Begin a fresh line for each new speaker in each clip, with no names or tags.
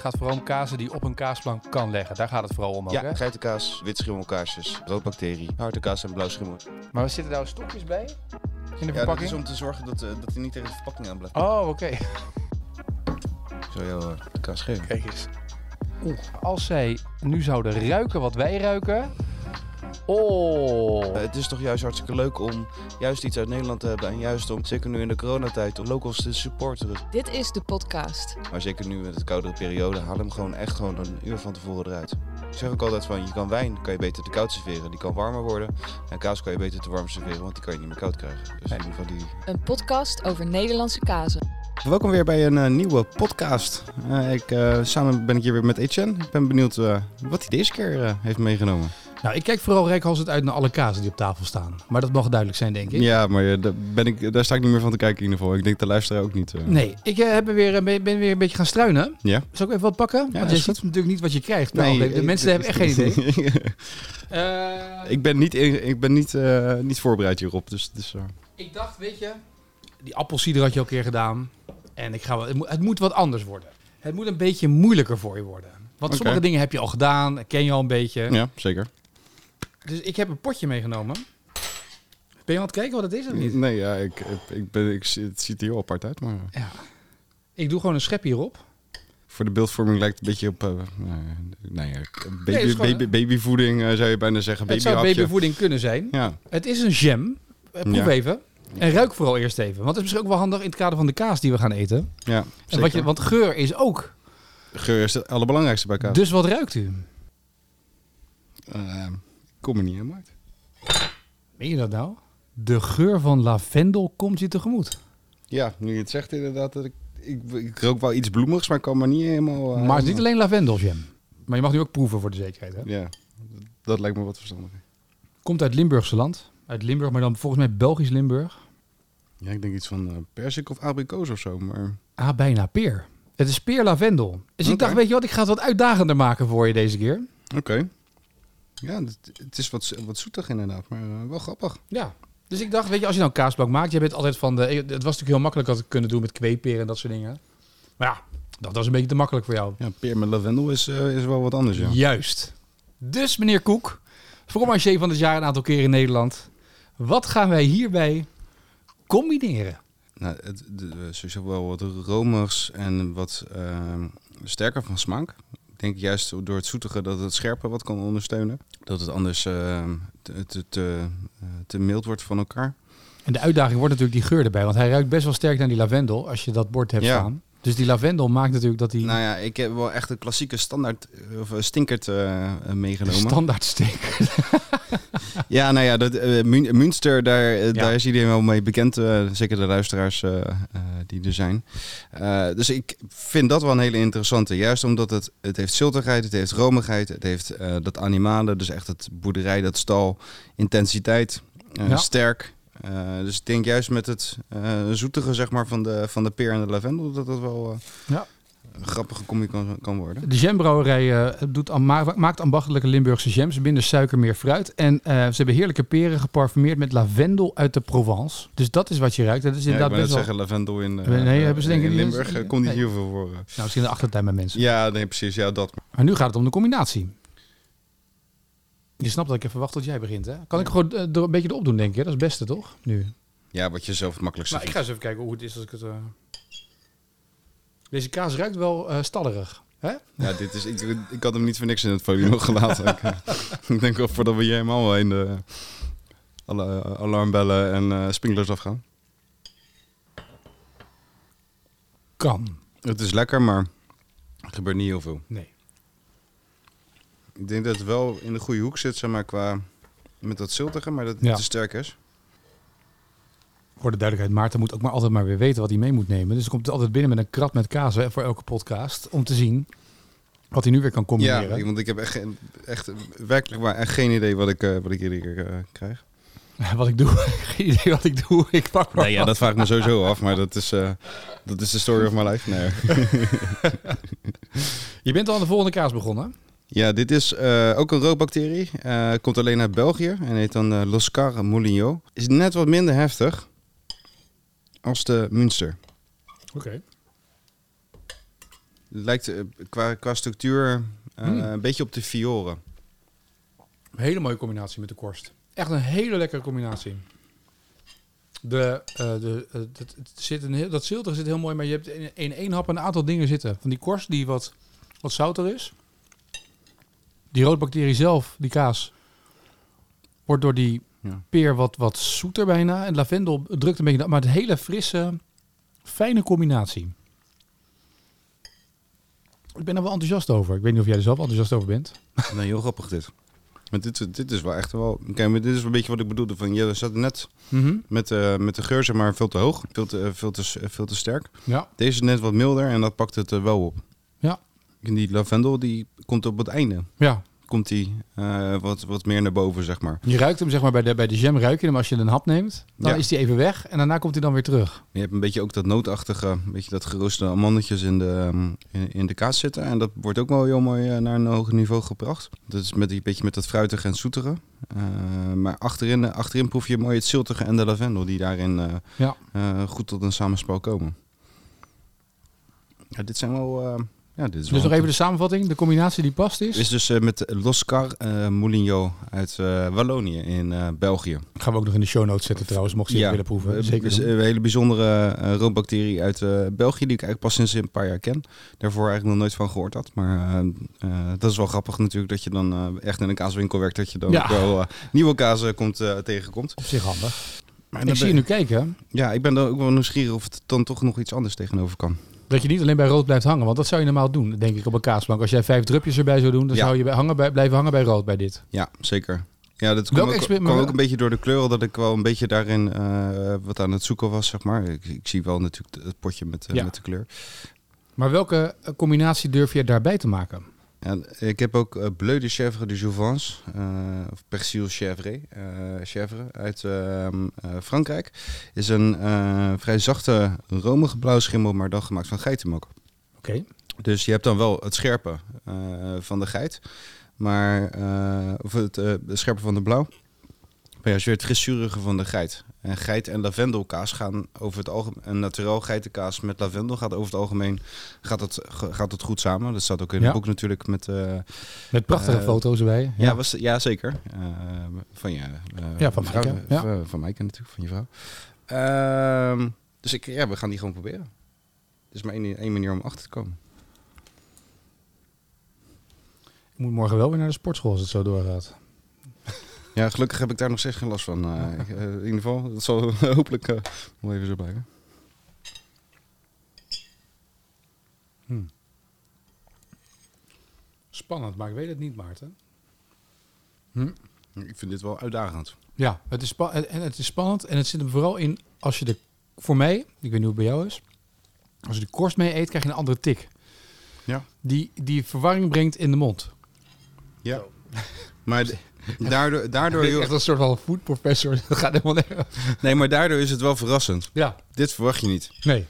gaat vooral om kazen die op een kaasplank kan leggen. Daar gaat het vooral om ook, hè?
Ja, geitenkaas, wit schimmelkaasjes, roodbacterie, harde kaas en blauw schimmel.
Maar zitten daar stokjes bij? In de
Ja, dat
verpakking?
is om te zorgen dat, eh, dat hij niet tegen de verpakking aan blijft.
Oh, oké.
Zo jou eh, de kaas geven.
Kijk eens. Oeh, als zij nu zouden ruiken wat wij ruiken. Oh.
Eh, het is toch juist hartstikke leuk om juist iets uit Nederland te hebben. En juist om, zeker nu in de coronatijd, om locals te supporteren.
Dit is de podcast.
Maar zeker nu met het koudere periode, haal hem gewoon echt gewoon een uur van tevoren eruit. Ik zeg ook altijd van, je kan wijn, kan je beter te koud serveren. Die kan warmer worden. En kaas kan je beter te warm serveren, want die kan je niet meer koud krijgen. Dus in ieder geval die...
Een podcast over Nederlandse kazen.
Welkom weer bij een eh, nieuwe podcast. Eh, ik, eh, samen ben ik hier weer met Etienne. Ik ben benieuwd eh, wat hij deze keer eh, heeft meegenomen.
Nou, ik kijk vooral reikhalsend uit naar alle kazen die op tafel staan. Maar dat mag duidelijk zijn, denk ik.
Ja, maar eh, daar, ben ik, daar sta ik niet meer van te kijken in ieder geval. Ik denk de luisteraar ook niet. eh.
Nee, ik eh, heb er weer, eh, ben ben weer een beetje gaan struinen.
Ja.
Zal ik even wat pakken? Want je
is goed.
ziet natuurlijk niet wat je krijgt. Nou, de- de
eh,
mensen hebben echt geen idee. Eh,
ik ben, niet, in- ik ben niet, eh, niet voorbereid hierop. Dus, dus, eh,
ik dacht, weet je, die appelsieder had je al een keer gedaan. En ik ga wel, het, moet, het moet wat anders worden. Het moet een beetje moeilijker voor je worden. Want
Oké.
sommige dingen heb je al gedaan, ken je al een beetje.
ja, zeker.
Dus ik heb een potje meegenomen. Ben je aan het kijken wat het is of niet?
Nee, ja, ik, ik- ik ben, ik, zie- het ziet er heel apart uit. Maar
Ja. Ik doe gewoon een schep hierop.
voor de beeldvorming lijkt het een beetje op... eh, nou ja, nou ja, baby,
Nee, het is gewoon-
baby, babyvoeding eh, zou je bijna zeggen.
het zou
Babyhapje.
babyvoeding kunnen zijn.
Ja,
Het is een jam. Eh, Proef
Ja.
even. En ruik vooral eerst even. Want het is misschien ook wel handig in het kader van de kaas die we gaan eten.
ja
En wat je,
zeker.
want geur is ook.
Geur is het allerbelangrijkste bij kaas.
Dus wat ruikt u?
Eh, ik kom er niet helemaal uit.
Meen je dat nou? De geur van lavendel komt je tegemoet.
Ja, nu je het zegt inderdaad. Dat ik, ik, ik rook wel iets bloemigs, maar ik kan maar niet helemaal... eh,
maar het is niet alleen lavendeljam. Maar je mag nu ook proeven voor de zekerheid. Hè?
Ja, dat lijkt me wat verstandiger.
Komt uit Limburgse land. Uit Limburg, maar dan volgens mij Belgisch Limburg.
Ja, ik denk iets van eh, perzik of abrikoos of zo, maar...
Ah, bijna peer. Het is peer lavendel. Dus ik
Oké.
dacht, weet je wat, ik ga het wat uitdagender maken voor je deze keer.
Oké. Ja, het, het is wat, wat zoetig inderdaad, maar eh, wel grappig.
Ja. Dus ik dacht, weet je, als je nou een kaasblok maakt, je bent altijd van de... Het was natuurlijk heel makkelijk had ik kunnen doen met kweeperen en dat soort dingen. Maar ja, dat was een beetje te makkelijk voor jou.
Ja, peer met lavendel is, eh, is wel wat anders, ja.
Juist. Dus meneer Koek, fromager van het jaar een aantal keer in Nederland. Wat gaan wij hierbij combineren?
Nou, het, de, de- sowieso wel wat romers en wat ehm, sterker van smaak. Ik denk juist door het zoetige dat het scherpe wat kan ondersteunen. Dat het anders ehm, te, te, te, eh, te mild wordt van elkaar.
En de uitdaging wordt natuurlijk die geur erbij, want hij ruikt best wel sterk naar die lavendel als je dat bord hebt
Ja.
staan. Dus die lavendel maakt natuurlijk dat die
Nou ja, ik heb wel echt een klassieke standaard eh, of eh, stinkert eh, eh, meegenomen.
standaard steek.
Ja, nou ja, dat, eh, Mun- Münster, daar, eh,
Ja.
daar is iedereen wel mee bekend. eh, zeker de luisteraars eh, eh, die er zijn. Eh, dus ik vind dat wel een hele interessante. Juist omdat het, het heeft ziltigheid, het heeft romigheid, het heeft eh, dat animale. Dus echt het boerderij, dat stal, intensiteit, eh,
Ja.
sterk. Eh, dus ik denk juist met het eh, zoetige zeg maar, van, de, van de peer en de lavendel dat dat wel eh,
Ja.
een grappige combi kan, kan worden.
De jambrouwerij eh, doet, am- ma- maakt ambachtelijke Limburgse jams, minder suiker, meer fruit. En eh, ze hebben heerlijke peren geparfumeerd met lavendel uit de Provence. Dus dat is wat je ruikt. Dat is
Ja, ik
inderdaad
wou net
best wel...
zeggen, lavendel in, eh,
Nee, hebben ze denk ik
in
niet-
Limburg eh, komt niet
Nee.
heel veel voor. eh.
Nou, misschien in de achtertuin bij mensen.
Ja, nee, precies. Ja, dat.
Maar nu gaat het om de combinatie. Je snapt dat ik even wacht tot jij begint, hè? Kan ik gewoon eh, er een beetje erop doen, denk ik. hè? Dat is het beste, toch? Nu.
Ja, wat je zelf het makkelijkste
Maar ik ga eens even kijken hoe het is als ik het... eh, Deze kaas ruikt wel eh, stallerig. Hè?
vindt. Ja, dit is, ik, ik had hem niet voor niks in het podium gelaten. ik, eh, ik denk wel voordat we hier helemaal in de alle eh, alarmbellen en eh sprinklers afgaan.
Kan.
Het is lekker, maar er gebeurt niet heel veel.
Nee.
Ik denk dat het wel in de goede hoek zit, zeg maar, qua met dat ziltige, maar dat het
Ja.
te sterk is.
Voor de duidelijkheid, Maarten moet ook maar altijd maar weer weten wat hij mee moet nemen. Dus hij komt altijd binnen met een krat met kaas hè, voor elke podcast. Om te zien wat hij nu weer kan combineren.
Ja, want ik heb echt, geen- echt werkelijk waar echt geen idee wat ik, eh, wat ik iedere keer eh, krijg.
Wat ik doe. Geen idee wat ik doe. Ik pak maar wat.
dat vraag ik me sowieso af, maar dat is, eh, dat is de story of my life. Nee.
Je bent al aan de volgende kaas begonnen.
Ja, dit is eh, ook een roodbacterie. Eh, komt alleen uit België en heet dan eh Loscar Moulinot. Is net wat minder heftig als de Münster.
Oké.
Het lijkt eh, qua, qua structuur eh,
Mm.
een beetje op de Fiore.
Een hele mooie combinatie met de korst. Echt een hele lekkere combinatie. De, eh, de, eh, dat, het zit een heel, dat zilter zit heel mooi, maar je hebt in, in één hap een aantal dingen zitten. Van die korst die wat, wat zouter is. Die roodbacterie zelf, die kaas, wordt door die
Ja.
peer wat, wat zoeter bijna. En lavendel drukt een beetje, dat- maar het hele frisse, fijne combinatie. Ik ben er wel enthousiast over. Ik weet niet of jij er zelf enthousiast over bent.
Nee, heel grappig dit. Want dit, dit is wel echt wel... Kijk, maar dit is een beetje wat ik bedoelde. Van, je zat net met, eh, met de geur zeg maar veel te hoog, veel te, veel te, veel te sterk.
Ja.
Deze is net wat milder en dat pakt het eh, wel op.
Ja.
En die lavendel die komt op het einde.
ja,
Komt die eh, wat, wat meer naar boven, zeg maar.
Je ruikt hem zeg maar bij de, bij de jam, ruik je hem als je een hap neemt. Dan
Ja.
is die even weg en daarna komt hij dan weer terug. Dus
Je hebt een beetje ook dat nootachtige, een beetje dat geroosterde amandetjes in de, ehm, in, in de kaas zitten. En dat wordt ook wel heel mooi eh, naar een hoger niveau gebracht. Dat is met, die- een beetje met dat fruitige en zoetere. Eh, maar achterin, achterin proef je mooi het ziltige en de lavendel die daarin eh,
Ja.
eh, goed tot een samenspel komen. Ja, dit zijn wel... eh, ja, dit is wel
Dus nog even de samenvatting. De combinatie die past is.
is dus eh, met Loscar eh Moulinho uit eh, Wallonië in eh, België.
Gaan we ook nog in de show notes zetten trouwens, mocht je het willen proeven.
eh,
Zeker
is
doen.
een hele bijzondere eh roodbacterie uit eh, België, die ik eigenlijk pas sinds een paar jaar ken. Daarvoor eigenlijk nog nooit van gehoord had. Maar eh, eh, dat is wel grappig natuurlijk, dat je dan eh, echt in een kaaswinkel werkt, dat je dan
Ja.
ook wel eh, nieuwe kazen komt, eh, tegenkomt.
op zich handig.
Maar
En
dan
ik zie je
ben-
nu kijken
Ja, ik ben dan ook wel nieuwsgierig of het dan toch nog iets anders tegenover kan.
dat je niet alleen bij rood blijft hangen. Want dat zou je normaal doen, denk ik, op een kaasbank. Als jij vijf drupjes erbij zou doen, dan
Ja.
zou je bij hangen bij, blijven hangen bij rood bij dit.
Ja, zeker. Ja, dat
Welk
kwam ook,
experiment-
kwam ook een beetje door de kleur, dat ik wel een beetje daarin eh, wat aan het zoeken was, zeg maar. Ik, ik zie wel natuurlijk het potje met, eh,
Ja.
met de kleur.
Maar welke eh, combinatie durf je daarbij te maken?
En ik heb ook eh, Bleu de Chèvre de Jouvence, eh, of Persil Chèvre, eh, Chèvre uit ehm, eh, Frankrijk. Is een eh, vrij zachte, romige blauwschimmel, maar dan gemaakt van geitenmelk.
Oké.
Dus je hebt dan wel het scherpe eh, van de geit, maar, eh, of het, eh, het scherpe van de blauw. Maar ja, je het frisurige van de geit. En geit en lavendelkaas gaan over het algemeen. Een naturel geitenkaas met lavendel gaat over het algemeen gaat het, gaat het goed samen. Dat staat ook in
Ja.
het boek natuurlijk met. eh,
Met prachtige
Eh,
foto's erbij.
ja, was, ja zeker. Eh, van je eh,
Ja, van
vrouw,
Maaike,
eh,
ja.
Van, van Maaike natuurlijk, van je vrouw. Ehm, dus ik, ja, we gaan die gewoon proberen. Er is maar één, één manier om achter te komen.
Ik moet morgen wel weer naar de sportschool als het zo doorgaat.
Ja, gelukkig heb ik daar nog steeds geen last van. eh, ik, eh, in ieder geval, dat zal hopelijk eh, nog even zo blijven.
Spannend, maar ik weet het niet, Maarten.
Ik vind dit wel uitdagend.
Ja, het is, spa- en het is spannend en het zit hem vooral in als je de, voor mij, ik weet niet hoe het bij jou is, als je de korst mee eet, krijg je een andere tik.
Ja.
Die, die verwarring brengt in de mond.
Ja. Maar d- daardoor, daardoor,
Ik ben
heel,
echt een soort van food professor, dat gaat helemaal nergens.
nee, maar daardoor is het wel verrassend.
Ja,
Dit verwacht je niet.
nee.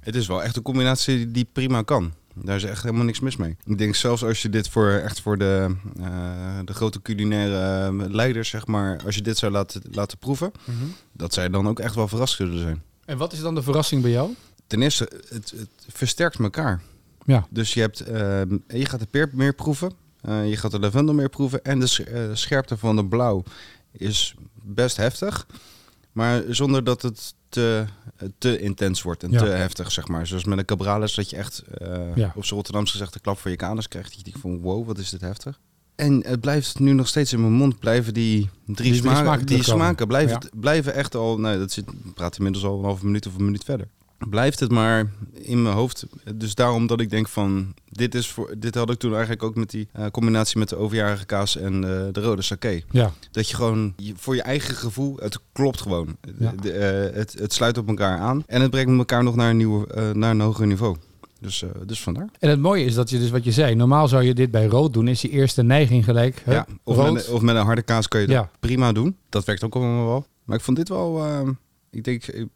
Het is wel echt een combinatie die prima kan. Daar is echt helemaal niks mis mee. Ik denk zelfs als je dit voor echt voor de, eh, de grote culinaire eh, leiders, zeg maar, als je dit zou laten, laten proeven,
Mhm.
dat zij dan ook echt wel verrast zullen zijn.
En wat is dan de verrassing bij jou?
Ten eerste, het, het versterkt elkaar.
Ja.
Dus je, hebt, eh, je gaat de peer meer proeven, eh, je gaat de lavendel meer proeven en de sch- eh, scherpte van de blauw is best heftig. Maar zonder dat het te, te intens wordt en
Ja.
te heftig, zeg maar. Zoals met een Cabrales, dat je echt eh,
Ja.
op z'n Rotterdamse gezegd de klap voor je kanus krijgt. Dat je denkt van wow, wat is dit heftig. En het blijft nu nog steeds in mijn mond, blijven die drie,
drie
smaken,
smaken
die
terugkomen.
smaken blijven,
Ja.
blijven echt al, nou dat zit, ik praat inmiddels al een halve minuut of een minuut verder. Blijft het maar in mijn hoofd. Dus daarom dat ik denk van, dit, is voor, dit had ik toen eigenlijk ook met die eh, combinatie met de overjarige kaas en eh, de rode saké.
Ja.
Dat je gewoon je- voor je eigen gevoel, het klopt gewoon.
Ja.
De- eh, het, het sluit op elkaar aan en het brengt elkaar nog naar een, nieuwe, eh, naar een hoger niveau. Dus, eh, dus vandaar.
En het mooie is dat je dus wat je zei, normaal zou je dit bij rood doen, is die eerste neiging gelijk. hè,
Ja, of,
rood.
Met, een- of met een harde kaas kan je dat
Ja.
prima doen. Dat werkt ook allemaal wel. Maar ik vond dit wel. ehm, ik denk, ik,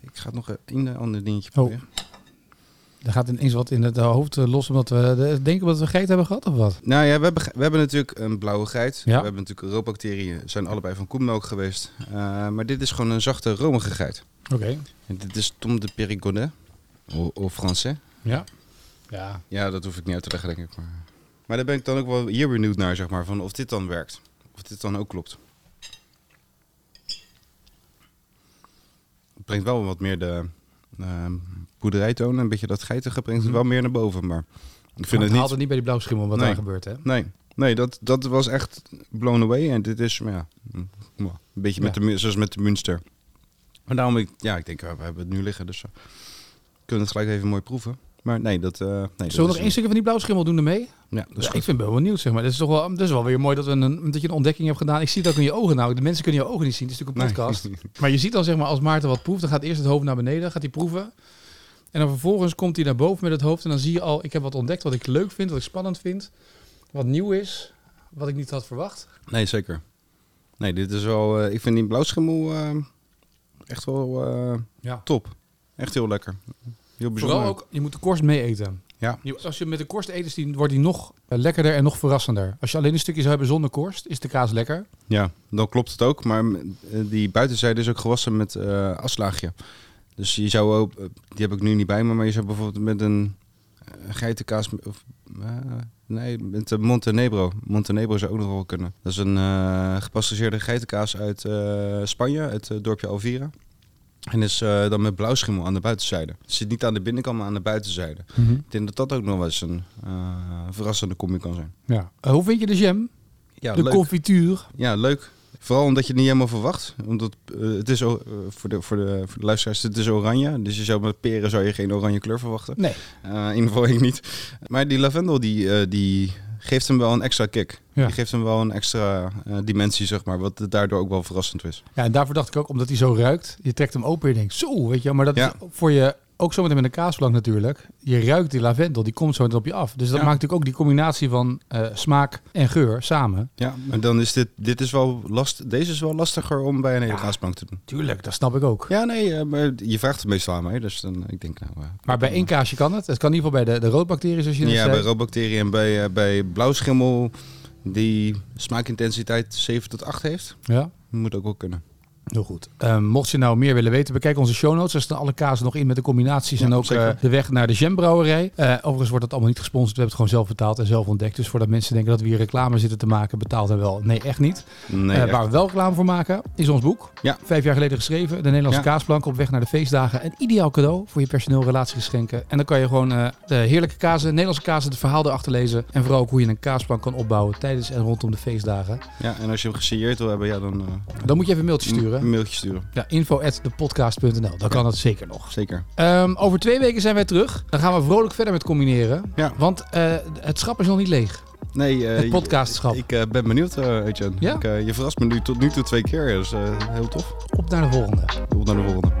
ik ga nog een ander dingetje
Oh.
proberen.
Er gaat ineens wat in het hoofd eh, los omdat we de- denken dat we gegeten hebben gehad of wat?
Nou ja, we hebben, ge- we hebben natuurlijk een blauwe geit.
Ja.
We hebben natuurlijk roodbacteriën. Zijn allebei van koemelk geweest. Eh, maar dit is gewoon een zachte, romige geit.
Oké.
En dit is Tom de Périgonet. Of Français.
Ja. Ja,
Ja, dat hoef ik niet uit te leggen, denk ik. Maar, maar daar ben ik dan ook wel hier benieuwd naar, zeg maar, van of dit dan werkt. Of dit dan ook klopt. Het brengt wel wat meer de eh, boerderijtoon, een beetje dat geitige brengt het wel meer naar boven. Maar ik
maar
vind
Mhm. het
het
haalt
niet...
het niet bij die blauwschimmel wat
Nee.
daar gebeurt, hè?
Nee, nee dat, dat was echt blown away. En dit is, ja, mm, een beetje met
Ja.
de, Mu- zoals met de Münster. Maar daarom, ik, ja, ik denk, eh, we hebben het nu liggen, dus eh, we kunnen het gelijk even mooi proeven. Maar nee, dat... eh nee, dat
Zullen we
is
nog één stukje van die blauwschimmel doen ermee?
Ja, dat is
Ja,
goed.
ik vind ben wel benieuwd, zeg maar. Dat is toch wel, dat is wel weer mooi dat, we een, dat je een ontdekking hebt gedaan. Ik zie het ook in je ogen nou. De mensen kunnen je ogen niet zien. Het is natuurlijk een
Nee.
podcast. Maar je ziet dan, zeg maar, als Maarten wat proeft, dan gaat eerst het hoofd naar beneden. Gaat hij proeven. En dan vervolgens komt hij naar boven met het hoofd. En dan zie je al, ik heb wat ontdekt wat ik leuk vind, wat ik spannend vind. Wat nieuw is, wat ik niet had verwacht.
Nee, zeker. Nee, dit is wel. eh, ik vind die blauwschimmel eh, echt wel eh,
Ja.
top. Echt heel lekker. Heel bijzonder.
Vooral ook, je moet de korst mee eten.
Ja.
Je- Als je met de korst eet, is die, wordt die nog eh, lekkerder en nog verrassender. Als je alleen een stukje zou hebben zonder korst, is de kaas lekker.
Ja, dan klopt het ook. Maar m- eh, die buitenzijde is ook gewassen met eh aslaagje. Dus je zou ook, eh, die heb ik nu niet bij me, maar je zou bijvoorbeeld met een eh, geitenkaas. m- Of, eh, nee, met de Montenegro. Montenegro zou ook nog wel kunnen. Dat is een eh gepasteuriseerde geitenkaas uit eh, Spanje, het eh, dorpje Alvira. En is eh, dan met blauwschimmel aan de buitenzijde. Het zit niet aan de binnenkant, maar aan de buitenzijde. Ik denk dat dat ook nog wel eens een eh, verrassende combi kan zijn.
Ja. Eh, hoe vind je de jam?
Ja,
de confituur?
ja, leuk. Vooral omdat je het niet helemaal verwacht. Omdat eh, het is o- eh, voor, de, voor, de, voor de luisteraars, het is oranje. Dus je zou met peren zou je geen oranje kleur verwachten.
Nee.
Eh, in ieder geval ik niet. Maar die lavendel die, eh, die geeft hem wel een extra kick.
Ja.
Die geeft hem wel een extra eh, dimensie, zeg maar. Wat daardoor ook wel verrassend is.
Ja, en daarvoor dacht ik ook, omdat hij zo ruikt, je trekt hem open en je denkt, zo, weet je wel. Maar dat
Ja.
is voor je, ook zometeen met een kaasplank natuurlijk, je ruikt die lavendel, die komt zo meteen op je af. Dus dat
Ja.
maakt natuurlijk ook die combinatie van eh, smaak en geur samen.
Ja, maar dan is dit, dit is wel last, deze is wel lastiger om bij een hele
Ja.
gaasbank te doen.
Tuurlijk, dat snap ik ook.
Ja, nee, eh, maar je vraagt het meestal aan mij. Dus dan, ik denk nou... eh,
Maar bij één kaasje kan het. Het kan in ieder geval bij de, de roodbacteriën, zoals je net
Ja,
zei.
bij roodbacteriën en bij, eh, bij blauwschimmel die smaakintensiteit 7 tot 8 heeft.
ja.
Moet ook wel kunnen.
Heel goed. Eh, mocht je nou meer willen weten, bekijk onze show notes. Daar staan alle kazen nog in met de combinaties en
Ja,
ook
zeker.
eh, de weg naar de jambrouwerij. Eh, overigens wordt dat allemaal niet gesponsord. We hebben het gewoon zelf betaald en zelf ontdekt. Dus voordat mensen denken dat we hier reclame zitten te maken, betaald en wel. Nee, echt niet.
Nee,
Eh,
echt.
waar we wel reclame voor maken, is ons boek.
Ja.
Vijf jaar geleden geschreven. De Nederlandse
Ja.
kaasplank op weg naar de feestdagen. Een ideaal cadeau voor je personeel relatiegeschenken. En dan kan je gewoon eh, de heerlijke kazen, Nederlandse kazen, het verhaal erachter lezen. En vooral ook hoe je een kaasplank kan opbouwen tijdens en rondom de feestdagen.
ja, en als je hem gesigneerd wil hebben, ja, dan eh,
Dan moet je even een mailtje
een
sturen.
mailtje sturen.
Ja, info.depodcast.nl. Dan kan dat zeker nog.
Zeker.
Ehm, over twee weken zijn wij terug. Dan gaan we vrolijk verder met combineren.
Ja.
Want eh, het schap is nog niet leeg.
Nee, eh,
Het podcastschap.
Ik eh, ben benieuwd, eh Etienne.
Ja?
Ik, eh, je verrast me nu tot nu toe twee keer. Dus eh, heel tof.
Op naar de volgende.
Tot naar de volgende.